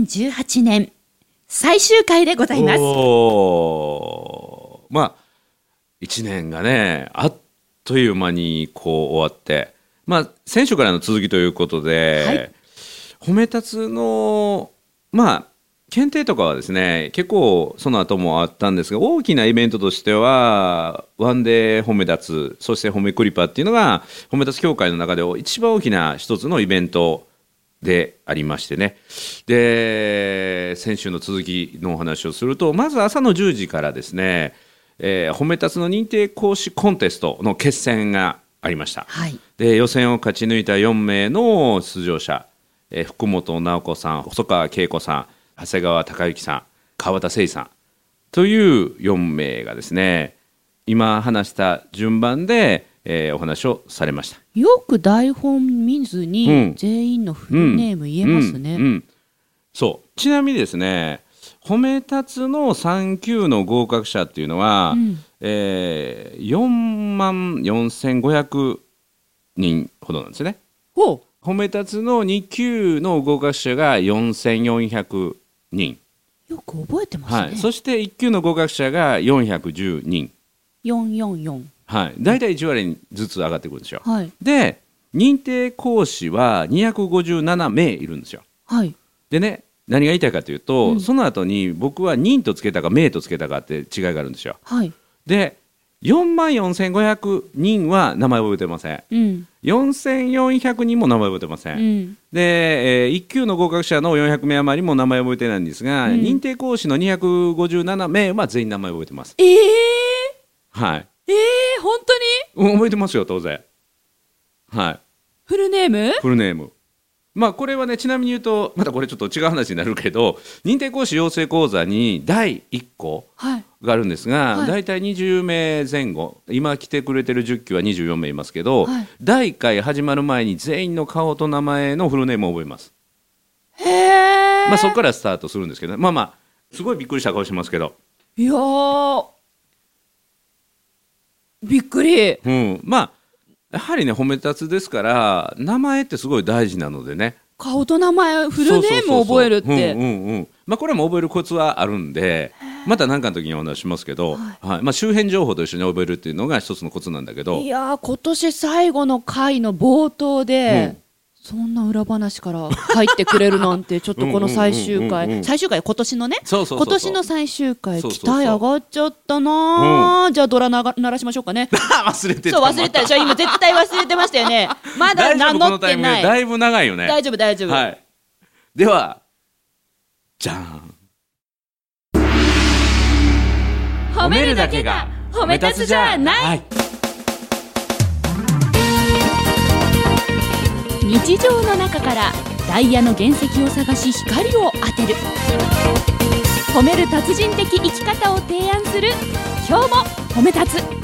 2018年最終回でございます。おーまあ1年がねあっという間にこう終わってまあ選手からの続きということで、はい褒め立つのまあ検定とかはですね結構その後もあったんですが大きなイベントとしてはワンデー褒め立つそして褒めクリパっていうのが褒め立つ協会の中で一番大きな一つのイベントでありましてね。で、先週の続きのお話をすると、まず朝の10時からですね、えー褒め立つの認定講師コンテストの決戦がありました。はい。で、予選を勝ち抜いた4名の出場者、えー福本直子さん、細川恵子さん、長谷川隆之さん、川田誠司さんという4名がですね、今話した順番で、えーお話をされました。よく台本見ずうにん全員のフルネーム言えますね。うんうんそうちなみにですね褒め立つの3級の合格者っていうのは、うんえー4万4500人ほどなんですねほう。褒め立つの2級の合格者が4400人、よく覚えてますね。はい、そして1級の合格者が410人、 444。はい、大体1割ずつ上がってくるんですよはい。で認定講師は257名いるんですよはい。でね何が言いたいかというと、うんその後に僕は「任」とつけたか「名」とつけたかって違いがあるんですよはい。で4万4500人は名前覚えてませんうん。 4400人も名前覚えてませ、うんん。で、え1級の合格者の400名余りも名前覚えてないんですが、うん認定講師の257名は全員名前覚えてますええー、はいええー、本当にうん覚えてますよ当然はいフルネームフルネーム。まあこれはねちなみに言うとまたこれちょっと違う話になるけど認定講師養成講座に第1個はい。があるんですが、はい大体20名前後今来てくれてる10期は24名いますけど、はい第1回始まる前に全員の顔と名前のフルネームを覚えます、へえ。まあ、そこからスタートするんですけどまあまあすごいびっくりした顔してますけど、いやー。びっくり。うん、まあやはりね褒め立つですから名前ってすごい大事なのでね顔と名前、フルネームを覚えるっそうそうそうてう。んうんうんまあ、これも覚えるコツはあるんでまた何かの時にお話ししますけど、ははいまあ、周辺情報と一緒に覚えるっていうのが一つのコツなんだけどいやー、今年最後の回の冒頭で、うそんな裏話から入ってくれるなんて、ちょっとこの最終うんうんうんうんうん回、最終回、今年のね、そうそうそうそう今年の最終回、期そうそう待そう上がっちゃったなー、じゃあ、ドラなが鳴らしましょう かね。 忘れてそう、忘れてたでしょ、今、絶対忘れてましたよ ね。まだ大名丈夫こ乗のっタイてミングない。だいぶ長いよね大丈夫、大丈夫。はい、ではじゃーん褒めるだけが褒め立つじゃない、はい日常の中からダイヤの原石を探し光を当てる褒める達人的生き方を提案する今日も褒め立つ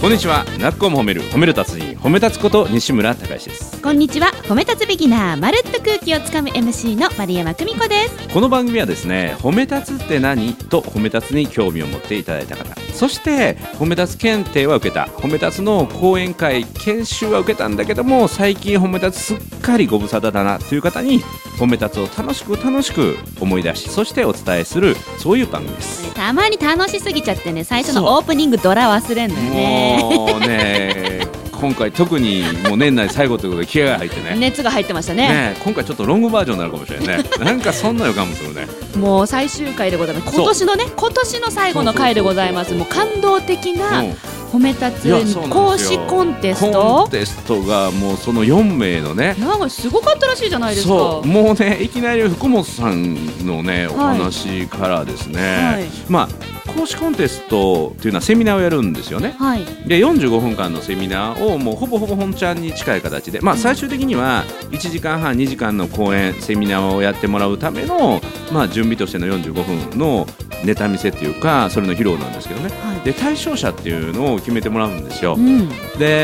こんにちはなっこも褒める褒める達人褒め立つこと西村隆史ですこんにちは褒め立つビギナーまるっと空気をつかむ MC の丸山久美子ですこの番組はですね褒め立つって何と褒め立つに興味を持っていただいた方そして褒め立つ検定は受けた褒め立つの講演会研修は受けたんだけども最近褒め立つすっかりご無沙汰だなという方に褒め立つを楽しく楽しく思い出しそしてお伝えするそういう番組です。たまに楽しすぎちゃってね最初そうのオープニングドラ忘れんのよねもうね今回特にもう年内最後ということで気合が入ってねね熱が入ってましたね今回ちょっとロングバージョンになるかもしれないねなんかそんな予感もするね。もう最終回でございますそう今年のね今年の最後の回でございますそうもそううそうそ感う動的な、うん褒め立いやそうなんですつよ講師コンテスコントテストがもうその4名のねなんかすごかったらしいじゃないですか。そうもうねいきなり福本さんのねおはい話からですね、はいまあ講師コンテストっていうのはセミナーをやるんですよねはい。で45分間のセミナーをもうほぼほぼ本ちゃんに近い形で、まあ、最終的には1時間半2時間の講演セミナーをやってもらうための、まあ、準備としての45分のネタ見せっていうかそれの披露なんですけどねはい。で対象者っていうのを決めてもらうんですよ、うん。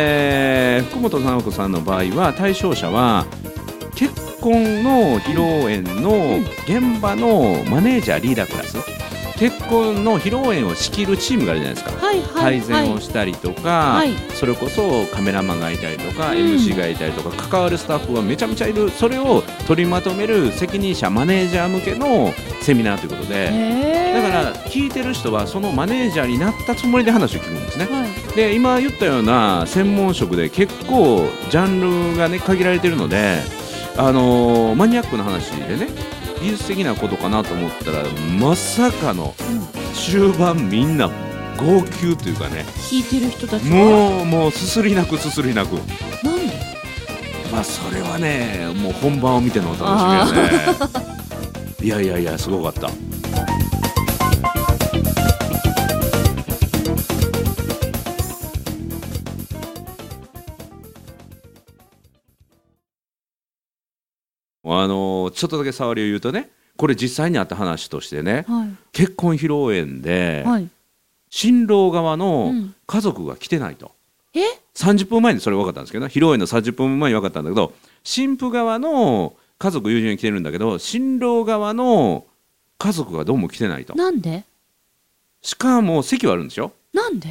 で福本直子さんの場合は対象者は結婚の披露宴の現場のマネージャーリーダークラス鉄鋼の披露宴を仕切るチームがあるじゃないですか。はいは配いはい膳をしたりとか、はいそれこそカメラマンがいたりとか、うん MC がいたりとか関わるスタッフがめちゃめちゃいるそれを取りまとめる責任者マネージャー向けのセミナーということで、へーだから聞いてる人はそのマネージャーになったつもりで話を聞くんですね。はいで今言ったような専門職で結構ジャンルがね限られてるので、あのーマニアックな話でね技術的なことかなと思ったらまさかの終盤みんな号泣というかね聞いてる人たちがもうもうすすり泣くすすり泣くなんでまあそれはねもう本番を見てのお楽し みやねいやいやいやすごかったあのちょっとだけ触りを言うとねこれ実際にあった話としてねは結婚披露宴でい、はい新郎側のうん家族が来てないと。え30分前にそれ分かったんですけどね披露宴の30分前に分かったんだけど新婦側の家族友人が来てるんだけど新郎側の家族がどうも来てないとなんでしかも席はあるんでしょなんで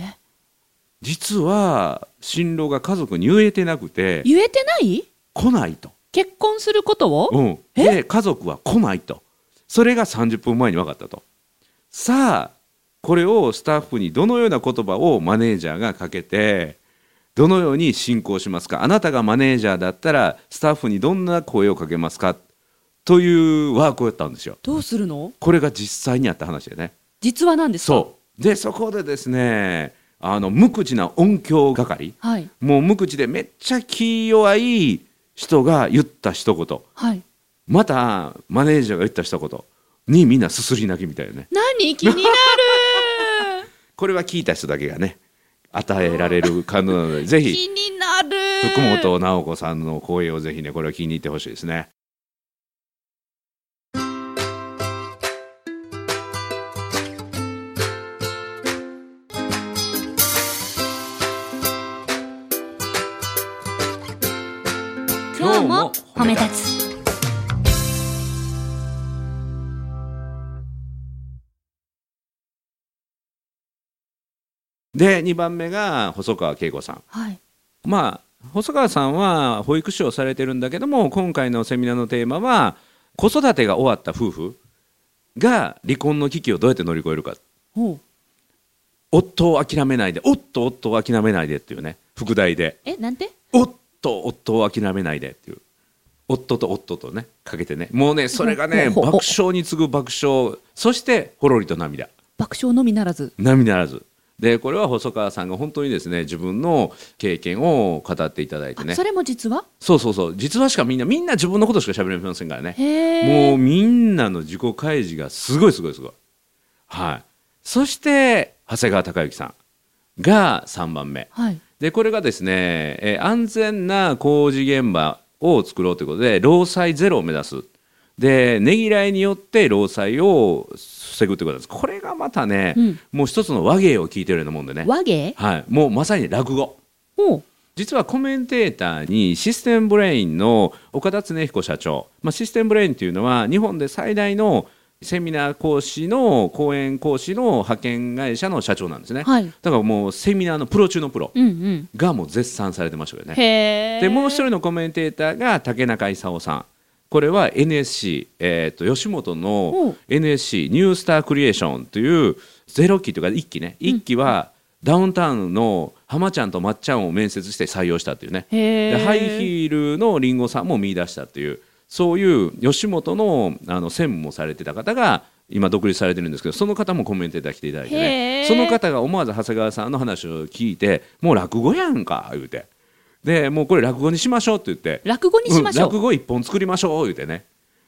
実は新郎が家族に言えてなくて言えてない来ないと、結婚することをうん、で家族は来ないとそれが30分前に分かったとさあこれをスタッフにどのような言葉をマネージャーがかけてどのように進行しますかあなたがマネージャーだったらスタッフにどんな声をかけますかというワークをやったんですよどうするのこれが実際にあった話でね実話なんですかそうでそこでですねあの無口な音響係はいもう無口でめっちゃ気弱い人が言った一言はいまたマネージャーが言った一言にみんなすすり泣きみたいよね何気になるこ れは聞いた人だけがね与えられる感動なのでぜひ気になる福本直子さんの声をぜひねこれを気に入ってほしいですね今日も褒め立つで2番目が細川恵子さんはいまあ細川さんは保育士をされてるんだけども今回のセミナーのテーマは子育てが終わった夫婦が離婚の危機をどうやって乗り越えるかほう夫を諦めないでおっと夫を諦めないでっていうね副題でえなんておっと夫を諦めないでっていう夫と夫とねかけてねもうねそれが ねほほほ爆笑に次ぐ爆笑そしてほろりと涙爆笑のみならず涙ならずでこれは細川さんが本当にですね自分の経験を語っていただいてあねそれも実話そうそうそう実はしかみんなみんな自分のことしか喋れませんからねへえもうみんなの自己開示がすごいすごいすごいはいそして長谷川隆之さんが3番目はいでこれがですね、えー安全な工事現場を作ろうということで労災ゼロを目指すでねぎらいによって労災を防ぐということなんですこれがまたね、うんもう一つの和芸を聞いてるようなもんでね、和芸はい、もうまさに落語ほう実はコメンテーターにシステムブレインの岡田恒彦社長、まあ、システムブレインというのは日本で最大のセミナー講師の講演講師の派遣会社の社長なんですね、はいだからもうセミナーのプロ中のプロ、うんがもう絶賛されてましたようんね。へえでもう一人のコメンテーターが竹中功さんこれは NSC、えー、と吉本おのう NSC ニュースタークリエーションというゼロ期というか1期ね1期はダウンタウンの浜ちゃんとまっちゃんを面接して採用したっていうねへでえハイヒールのリンゴさんも見出したっていうそういう吉本のあの専務もされてた方が今独立されてるんですけどその方もコメンテーター来ていただいてへねーその方が思わず長谷川さんの話を聞いてもう落語やんか言うてでもうこれ落語にしましょうって言って落語にしましうょん落う語一本作りましょう言うてね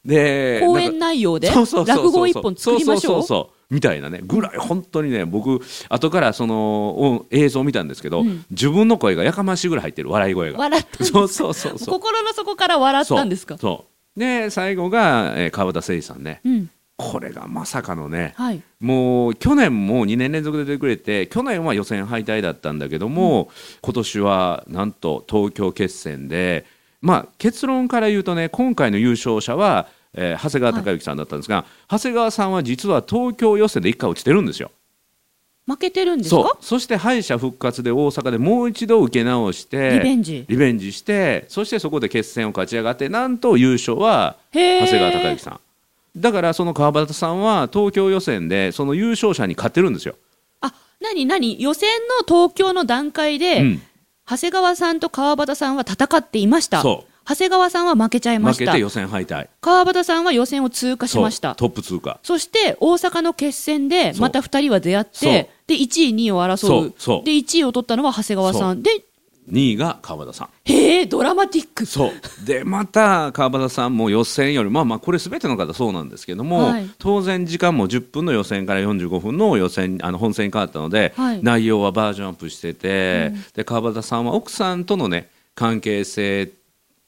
で講なん演か内容でそうそうそうそう落語一本作りましそょううそうそうそうみたいなねぐらい本当にね僕後からそのお映像を見たんですけど、うん自分の声がやかましいぐらい入ってる笑い声が笑ったんです そうそうそうそう心の底から笑ったんですかそうそうで最後が、えー川田誠司さんねうんこれがまさかのねはいもう去年も2年連続で出てくれて去年は予選敗退だったんだけども、今年はなんと東京決戦でまあ結論から言うとね今回の優勝者はえー長谷川隆之さんだったんですが、長谷川さんは実は東京予選で1回落ちてるんですよ。負けてるんですそかうそして敗者復活で大阪でもう一度受け直してリベンジリベンジしてそしてそこで決戦を勝ち上がってなんと優勝はへー長谷川隆之さんだからその川端さんは東京予選でその優勝者に勝ってるんですよ、あ何何予選の東京の段階で、うん長谷川さんと川端さんは戦っていましたそう長谷川さんは負けちゃいま負しけたて予選敗退川端さんは予選を通過しましたそうトップ通過そして大阪の決戦でそうまた2人は出会っそうてで1位2位をそ争ううそうで1位を取ったのは長谷川さんで2位が川端さんへえドラマティックそうでまた川端さんも予選よりまあまあこれ全ての方そうなんですけども、はい当然時間も10分の予選から45分の予選あの本戦に変わったので、はい内容はバージョンアップしてて、で川端さんは奥さんとのね関係性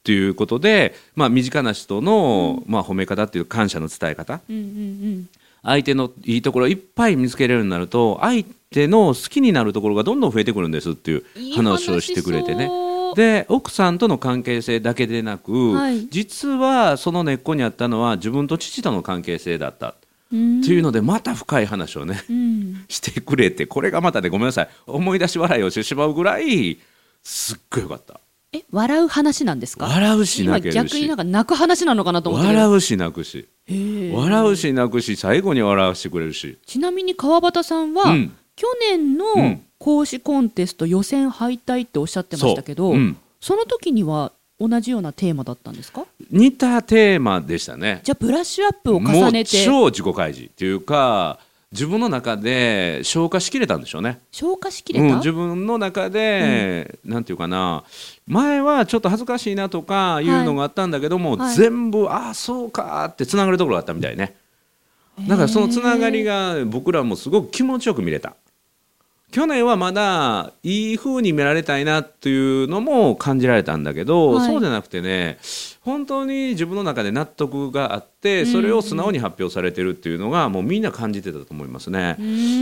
ということで、まあ、身近な人の、まあ、褒め方っていう感謝の伝え方うんうん相手のいいところをいっぱい見つけれるようになると相手の好きになるところがどんどん増えてくるんですっていううんいい話をしてくれてね。そうで奥さんとの関係性だけでなく、はい実はその根っこにあったのは自分と父との関係性だったうんというのでまた深い話をね うんしてくれてこれがまたねごめんなさい思い出し笑いをしてしまうぐらいすっごいよかったえ笑う話なんですか笑うし今泣ける逆にしなんか泣く話なのかなと思って笑うし泣くし笑笑うし泣くし最後に笑わせてくれるしちなみに川端さんは、うん去年うのん講師コンテスト予選敗退っておっしゃってましたけど、そううんその時には同じようなテーマだったんですか似たテーマでしたねじゃあブラッシュアップを重ねてもう超自己開示っていうか自分の中で消化しきれたんでしょうね消化しきれた、うん、自分の中で、なんていうかな前はちょっと恥ずかしいなとかいうのがあったんだけども、はい全部ああそうかってつながるところがあったみたいねだからそのつながりが僕らもすごく気持ちよく見れた去年はまだいい風に見られたいなっていうのも感じられたんだけど、はいそうじゃなくてね本当に自分の中で納得があってそれを素直に発表されてるっていうのがもうみんな感じてたと思いますね。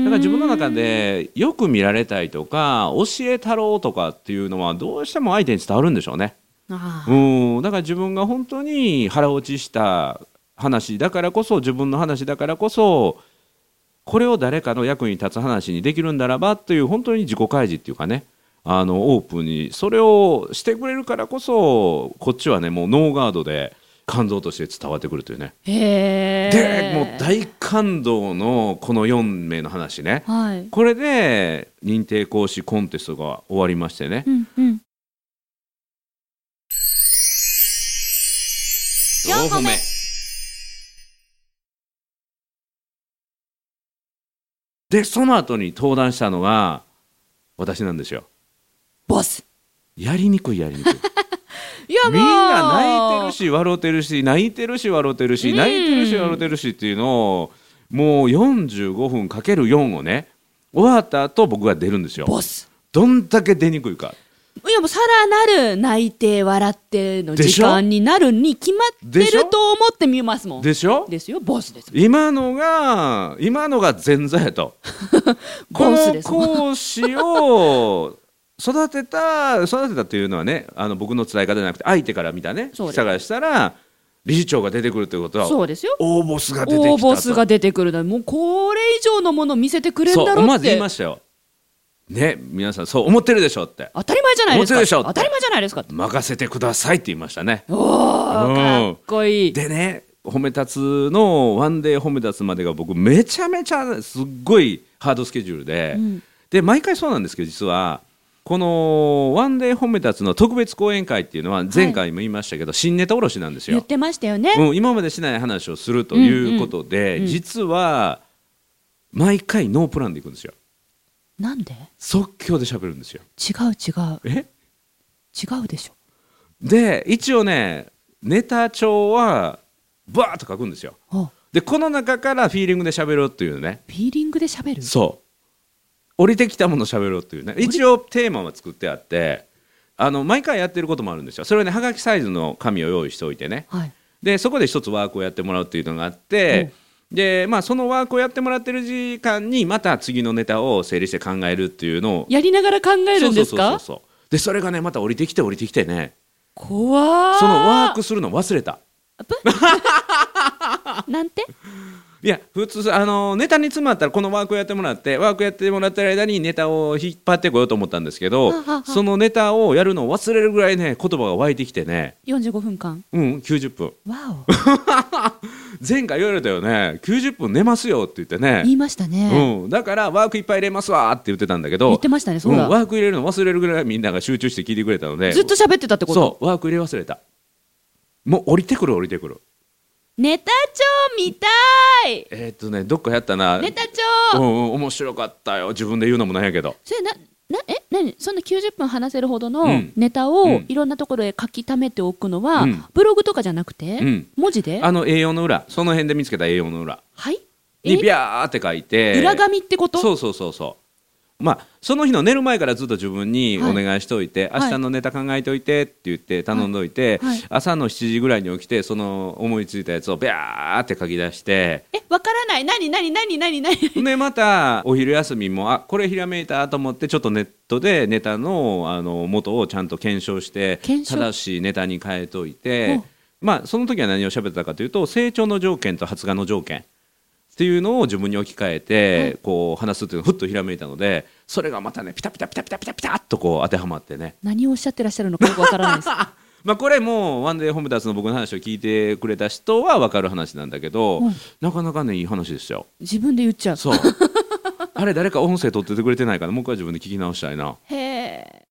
だから自分の中でよく見られたいとか教えたろうとかっていうのはどうしても相手に伝わるんでしょうね。ああうんだから自分が本当に腹落ちした話だからこそ自分の話だからこそこれを誰かの役に立つ話にできるんだらばという本当に自己開示っていうかねあのオープンにそれをしてくれるからこそこっちはねもうノーガードで感動として伝わってくるというね。へえでもう大感動のこの4名の話ね。はいこれで認定講師コンテストが終わりましてね、うんうん4本目でその後に登壇したのが私なんですよボスやりにくいや りにくいいやもうみんな泣いてるし笑うてるし泣いてるし笑うてるしうん泣いてるし笑うてるしっていうのをもう45分かける4をね終わった後僕が出るんですよボスどんだけ出にくいかいやもうさらなる泣いて笑ってのでし時ょ間になるに決まってでしょると思って見ますもんでしょですよボスです今のが今のが前座やとこ ボスのです講師を育てた育てたというのはねあの僕の伝え方じゃなくて相手から見たねそうです下からしたら理事長が出てくるということはそうですよ大ボスが出てきたと大ボスが出てくるだもうこれ以上のもの見せてくれるんだそうろうまっず言ていましたよね皆さんそう思ってるでしょって当たり前じゃないですもちろかんでしょって当たり前じゃないですかって任せてくださいって言いましたねおーかっこいいでね褒め立つのワンデー褒め立つまでが僕めちゃめちゃすっごいハードスケジュールで、うんで毎回そうなんですけど実はこのワンデー褒め立つの特別講演会っていうのは前回も言いましたけど、新ネタ卸しなんです言よっ、てましたよねうん、今までしない話をするということで、うんうん実は毎回ノープランでいくんですよなんで即興で喋るんですよ違う違うえ違うでしょで一応ねネタ帳はバーッと書くんですよあでこの中からフィーリングで喋ろうっていうねフィーリングで喋るそう降りてきたもの喋ろうっていうね一応テーマは作ってあってあの毎回やってることもあるんですよそれはねはがきサイズの紙を用意しておいてねはいでそこで一つワークをやってもらうっていうのがあって、でまあ、そのワークをやってもらってる時間にまた次のネタを整理して考えるっていうのをやりながら考えるんですそうそうそうかそうでそれがねまた降りてきて降りてきてね怖ーそのワークするの忘れたぷなんていや普通あのネタに詰まったらこのワークをやってもらってワークやってもらってる間にネタを引っ張ってこようと思ったんですけどはあはあそのネタをやるのを忘れるぐらいね言葉が湧いてきてね45分間うん90分わお前回言われたよね90分寝ますよって言ってね言いましたね、うん、だからワークいっぱい入れますわーって言ってたんだけど言ってましたねそうだ、んワーク入れるの忘れるぐらいみんなが集中して聞いてくれたのでずっと喋ってたってことそうワーク入れ忘れたもう降りてくる降りてくるネタ帳見たいえーっとねどっかやったなネタ帳、うんうん面白かったよ自分で言うのもなんやけどそれななえ何そんな90分話せるほどのうんネタうをんいろんなところへ書き溜めておくのは、うんブログとかじゃなくて、うん文字であの A4 の裏その辺で見つけた A4 の裏はいにえビャーって書いて裏紙ってことそうそうそうそうまあその日の寝る前からずっと自分にはいお願いしておいて、はい明日のネタ考えておいてって言って頼んどいて、はいはい朝の7時ぐらいに起きてその思いついたやつをビャーって書き出してえわからない何何何何何でまたお昼休みもあこれひらめいたと思ってちょっとネットでネタのあの元をちゃんと検証して検証正しいネタに変えというんてまあその時は何を喋ってたかというと成長の条件と発芽の条件っていうのを自分に置き換えて、こう話すっていうのをふっとひらめいたのでそれがまたねピタピタピタピタピタピタっとこう当てはまってね何をおっしゃってらっしゃるのかよくわからないです まあこれもワンデーホームダースの僕の話を聞いてくれた人は分かる話なんだけど、うんなかなかねいい話ですよ。自分で言っちゃうそう あれ誰か音声取っててくれてないかなもう一回自分で聞き直したいなへえ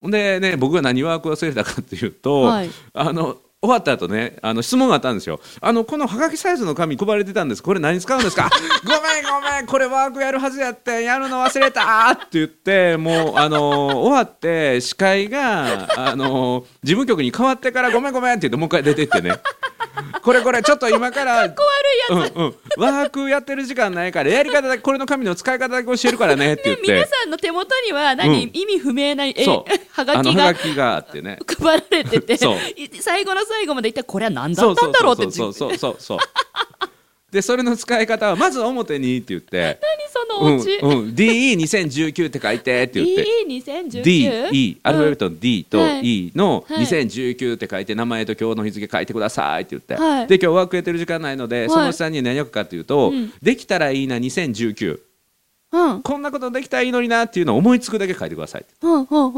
ほんでね僕が何ワーク忘れたかっていうと、はいあの終わった後ねあの質問があったんですよあのこのはがきサイズの紙配られてたんですこれ何使うんですか ごめんごめんこれワークやるはずやってんやるの忘れたって言ってもうあの終わって司会があの事務局に変わってからごめんごめんって言ってもう一回出てってねこれこれちょっと今からうんうん、ワークやってる時間ないからやり方だけこれの紙の使い方だけ教えるか らねって言って、皆さんの手元には何、うん意味不明なえそう はがあのきがはがきがあってね配られててそうい最後の最後まで一体これは何だったんだろうってそうそうそうそうそうそうでそれの使い方はまず表にって言って何そ「のお家、うんうん、DE2019 って書いて」って言って DE2019? DE アルファベットの D とうんはい E のはい2019って書いて名前と今日の日付書いてくださいって言って、はいで今日ワークやってる時間ないので、いその下に何を書くかっていうと、うんできたらいいな2019うん。うん。こんなことできたらいいのになっていうのを思いつくだけ書いてくださいってうん。うん。うん。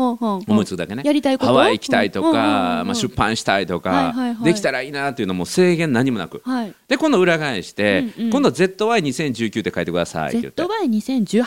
思いつくだけね、やりたいことハワイ行きたいとか、うんうんうんうんまあ、出版したいとか、はいはいはいできたらいいなっていうのも制限何もなく、はい。で今度裏返して、うんうん今度 ZY2019 って書いてくださいって言って ZY2018?19?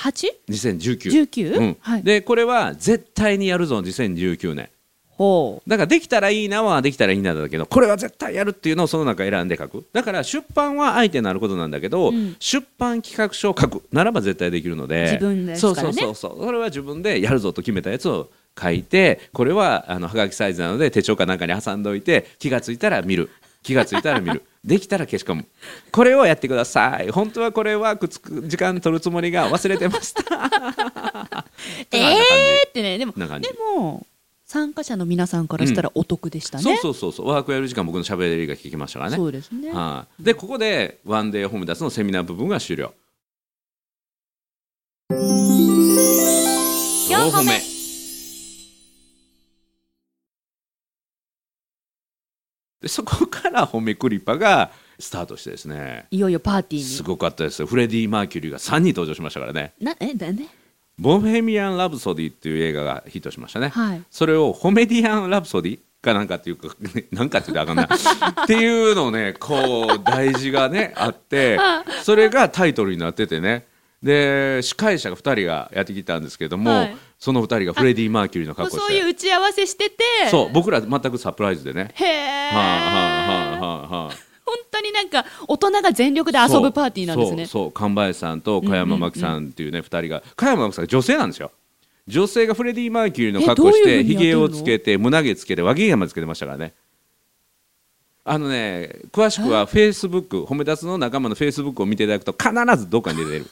2019、うんはい。でこれは絶対にやるぞ2019年ほだからできたらいいなはできたらいいなだけどこれは絶対やるっていうのをその中選んで書くだから出版は相手になることなんだけうど、ん出版企画書を書くならば絶対できるので自分ですからねそうそうそうそうそれは自分でやるぞと決めたやつを書いてこれはあのはがきサイズなので手帳かなんかに挟んでおいて気がついたら見る気がついたら見る できたら消し込むこれをやってください本当はこれはくっつく時間取るつもりが忘れて ました う。ええーってね、でも、こんな感じでも、参加者の皆さんからしたらお得でしたそうね。そうそうそうワークやる時間僕の喋りが聞きましたからねそうですね。はい、でここでワンデーホームダスのセミナー部分が終了四歩目でそこから褒めクリパがスタートしてですねいよいよパーティすーごかったですよフレディ・マーキュリーが3人登場しましたからねに。な、え、だね。 「ボヘミアン・ラブソディ」っていう映画がヒットしましたね、はい。それを「ホメディアン・ラブソディ」かなんかっていうか なんかって言ってあかんなっていうのをねこう大事がねあってそれがタイトルになっててねで司会者が2人がやってきたんですけども、はいその2人がフレディ・マーキュリーのもう格好しそうていう打ち合わせしてて、そう僕ら全くサプライズでねへえ。はあはあはあはあ本当になんか、大人が全力で遊ぶパーティーなんですね。そうそう神林さんと加山真紀さんっていうね、二人が加山真紀さん女性なんですよ女性がフレディ・マーキュリーの格好しえどういうて風ひにやってげんのをつけて胸毛つけて輪毛までつけてましたからねあのね詳しくはフェイスブック褒め立つの仲間のフェイスブックを見ていただくと必ずどっかに出てる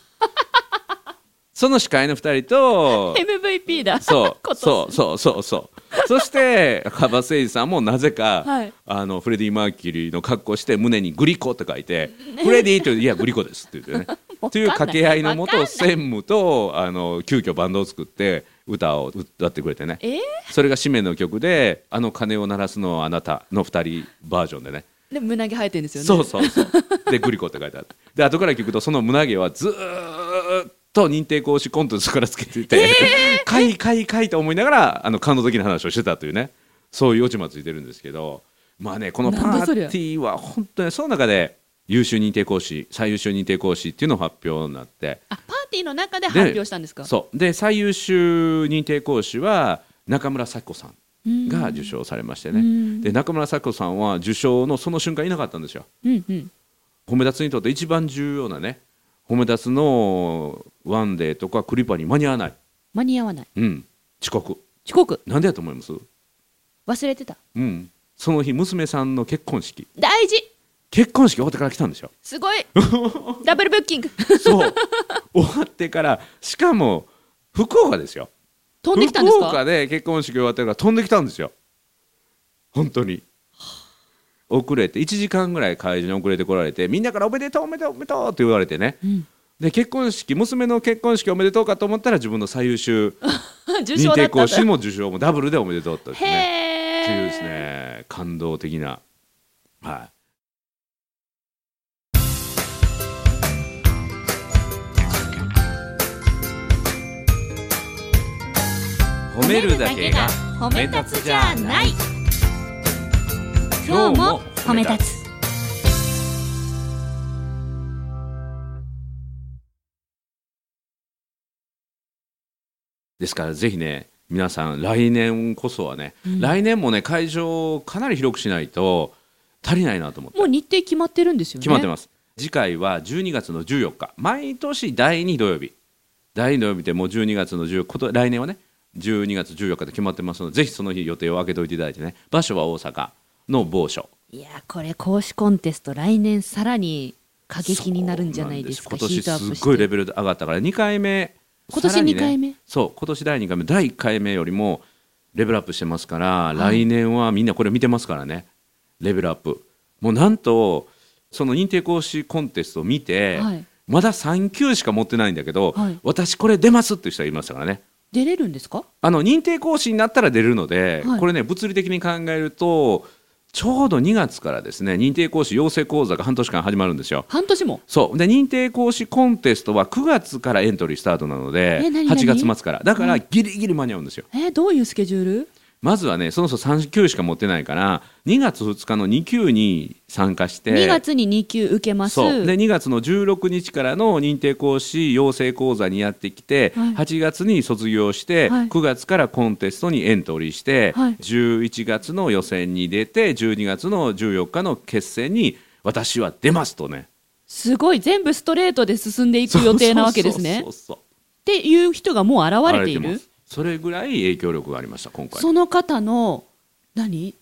その司会の二人と MVP だ。そう今年 そうそうそうそうそして赤羽誠二さんもなぜか、はいあのフレディ・マーキュリーの格好して胸に「グリコ」って書いて「フレディ」と「いやグリコです」って言ってね。 わかんないという掛け合いのもわとかん専務とあの急遽バンドを作って歌を歌ってくれてねえーそれが締めの曲で「あの鐘を鳴らすのはあなた」の2人バージョンでねで胸毛生えてるんですよねそうそうそうでグリコって書いてあってで後から聞くとその胸毛はずーっと認定講師コンテストからつけてて「かいかいかい」と思いながらあの感動的な話をしてたというねそういうオチもついてるんですけどまあねこのパなんだーそテりゃィーは本当にその中で優秀認定講師最優秀認定講師っていうのを発表になってあパーティーの中で発表したんですかそうで最優秀認定講師は中村咲子さんが受賞されましてうねんで中村咲子さんは受賞のその瞬間いなかったんですよ。うんうん褒め立つにとって一番重要なね褒め立つのワンデーとかクリパに間に合わない、間に合わないうん、遅刻遅刻なんでやと思います、忘れてたうん、その日娘さんの結婚式大事結婚式終わってから来たんでしょす ごいダブルブッキングそう終わってからしかも福岡ですよ飛んできたんです福か岡で結婚式終わってから飛んできたんですよ本当に遅れて1時間ぐらい会場に遅れてこられてみんなから「おめでとうおめでとうおめでとう」って言われてね、んで結婚式娘の結婚式おめでとうかと思ったら自分の最優秀 受認賞だ定ったん講だ師も受賞もダブルでおめでとうだったんですへねえっていうですね感動的なはい褒めるだけが褒め立つじゃない今日も褒め立つですからぜひね皆さん来年こそはね、来年もね会場をかなり広くしないと足りないなと思ってもう日程決まってるんですよね決まってます、次回は12月の14日毎年第2土曜日第2土曜日でもう12月の14こと来年はね12月14日と決まってますのでぜひその日予定を空けておいていただいてね場所は大阪の某所いやこれ講師コンテスト来年さらに過激になるんじゃないですかそうなんヒートアッ今プ年しすっごいレてベル上がったから2回目今年さらに二回目そう今年第2回目第1回目よりもレベルアップしてますから、来年はみんなこれ見てますからねレベルアップもうなんとその認定講師コンテストを見て、はいまだ3級しか持ってないんだけど、はい私これ出ますっていう人がいましたからね出れるんですかあの認定講師になったら出れるので、はいこれね物理的に考えるとちょうど2月からですね認定講師養成講座が半年間始まるんですよ。半年もそうで認定講師コンテストは9月からエントリースタートなのでえ何何8月末からだからギリギリ間に合うんですよ、えーどういうスケジュールまずはねそもそも3級しか持ってないから2月2日の2級に参加して2月に2級受けますそうで2月の16日からの認定講師養成講座にやってきて、はい8月に卒業して、はい9月からコンテストにエントリーして、はい11月の予選に出て12月の14日の決戦に私は出ますとねすごい全部ストレートで進んでいく予定なわけですねそうそうそうそうっていう人がもう現れてい現れてまるすそれぐらい影響力がありました今回その方の何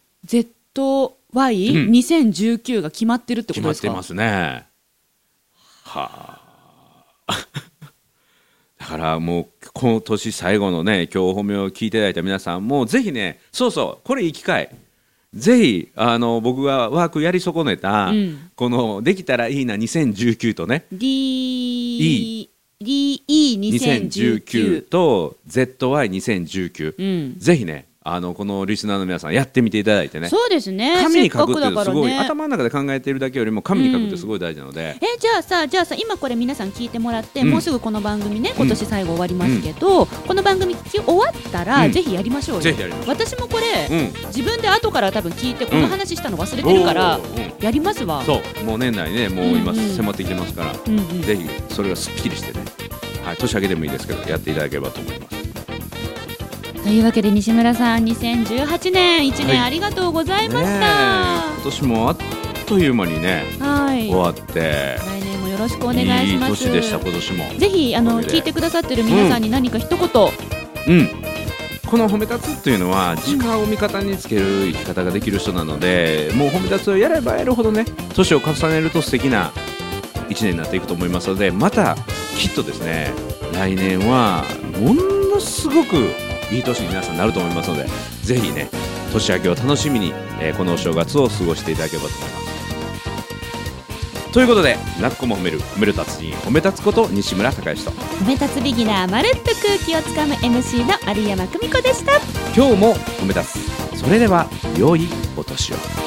ZY2019 が決まってるってこ決とでまっすてか、ますねはあ だからもう今年最後のね今日お褒めを聞いていただいた皆さんもぜひねそうそうこれいい機会ぜひあの僕がワークやり損ねた、うんこの「できたらいいな2019」とね D DE2019 2019と ZY2019、うんぜひねあのこのリスナーの皆さんやってみていただいてねそうですね紙に書くっせっかてすだからごいね頭の中で考えているだけよりも紙に書くってすごい大事なので、えじゃあさじゃあさ今これ皆さん聞いてもらって、うんもうすぐこの番組ね今年最後終わりますけど、この番組聞き終わったら、うんぜひやりましょうよぜひやりましょ私もこうれ、ん自分で後から多分聞いてこうんの話したの忘れてるから、おーうんやりますわそうもう年内ねもう今うんうん迫ってきてますから、うんうんぜひそれがすっきりしてね、はい、年明けでもいいですけどやっていただければと思いますというわけで西村さん2018年1はい年ありがとうございましねえた、今年もあっという間にねはい終わって来年もよろしくお願いしますいい年でした今年もぜひあおかのげで聞いてくださってる皆さんに何か一言、うんこの褒め立つっていうのは時間を味方につける生き方ができる人なのでもう褒め立つをやればやるほどね年を重ねると素敵な1年になっていくと思いますのでまたきっとですね来年はものすごくいい年に皆さんなると思いますのでぜひね年明けを楽しみに、えーこのお正月を過ごしていただければと思いますということで「なっこも褒める褒める達人褒め立つこと西村孝之と褒め立つビギナーまるっと空気をつかむ MC の有山久美子でした今日も褒め立つそれでは良いお年を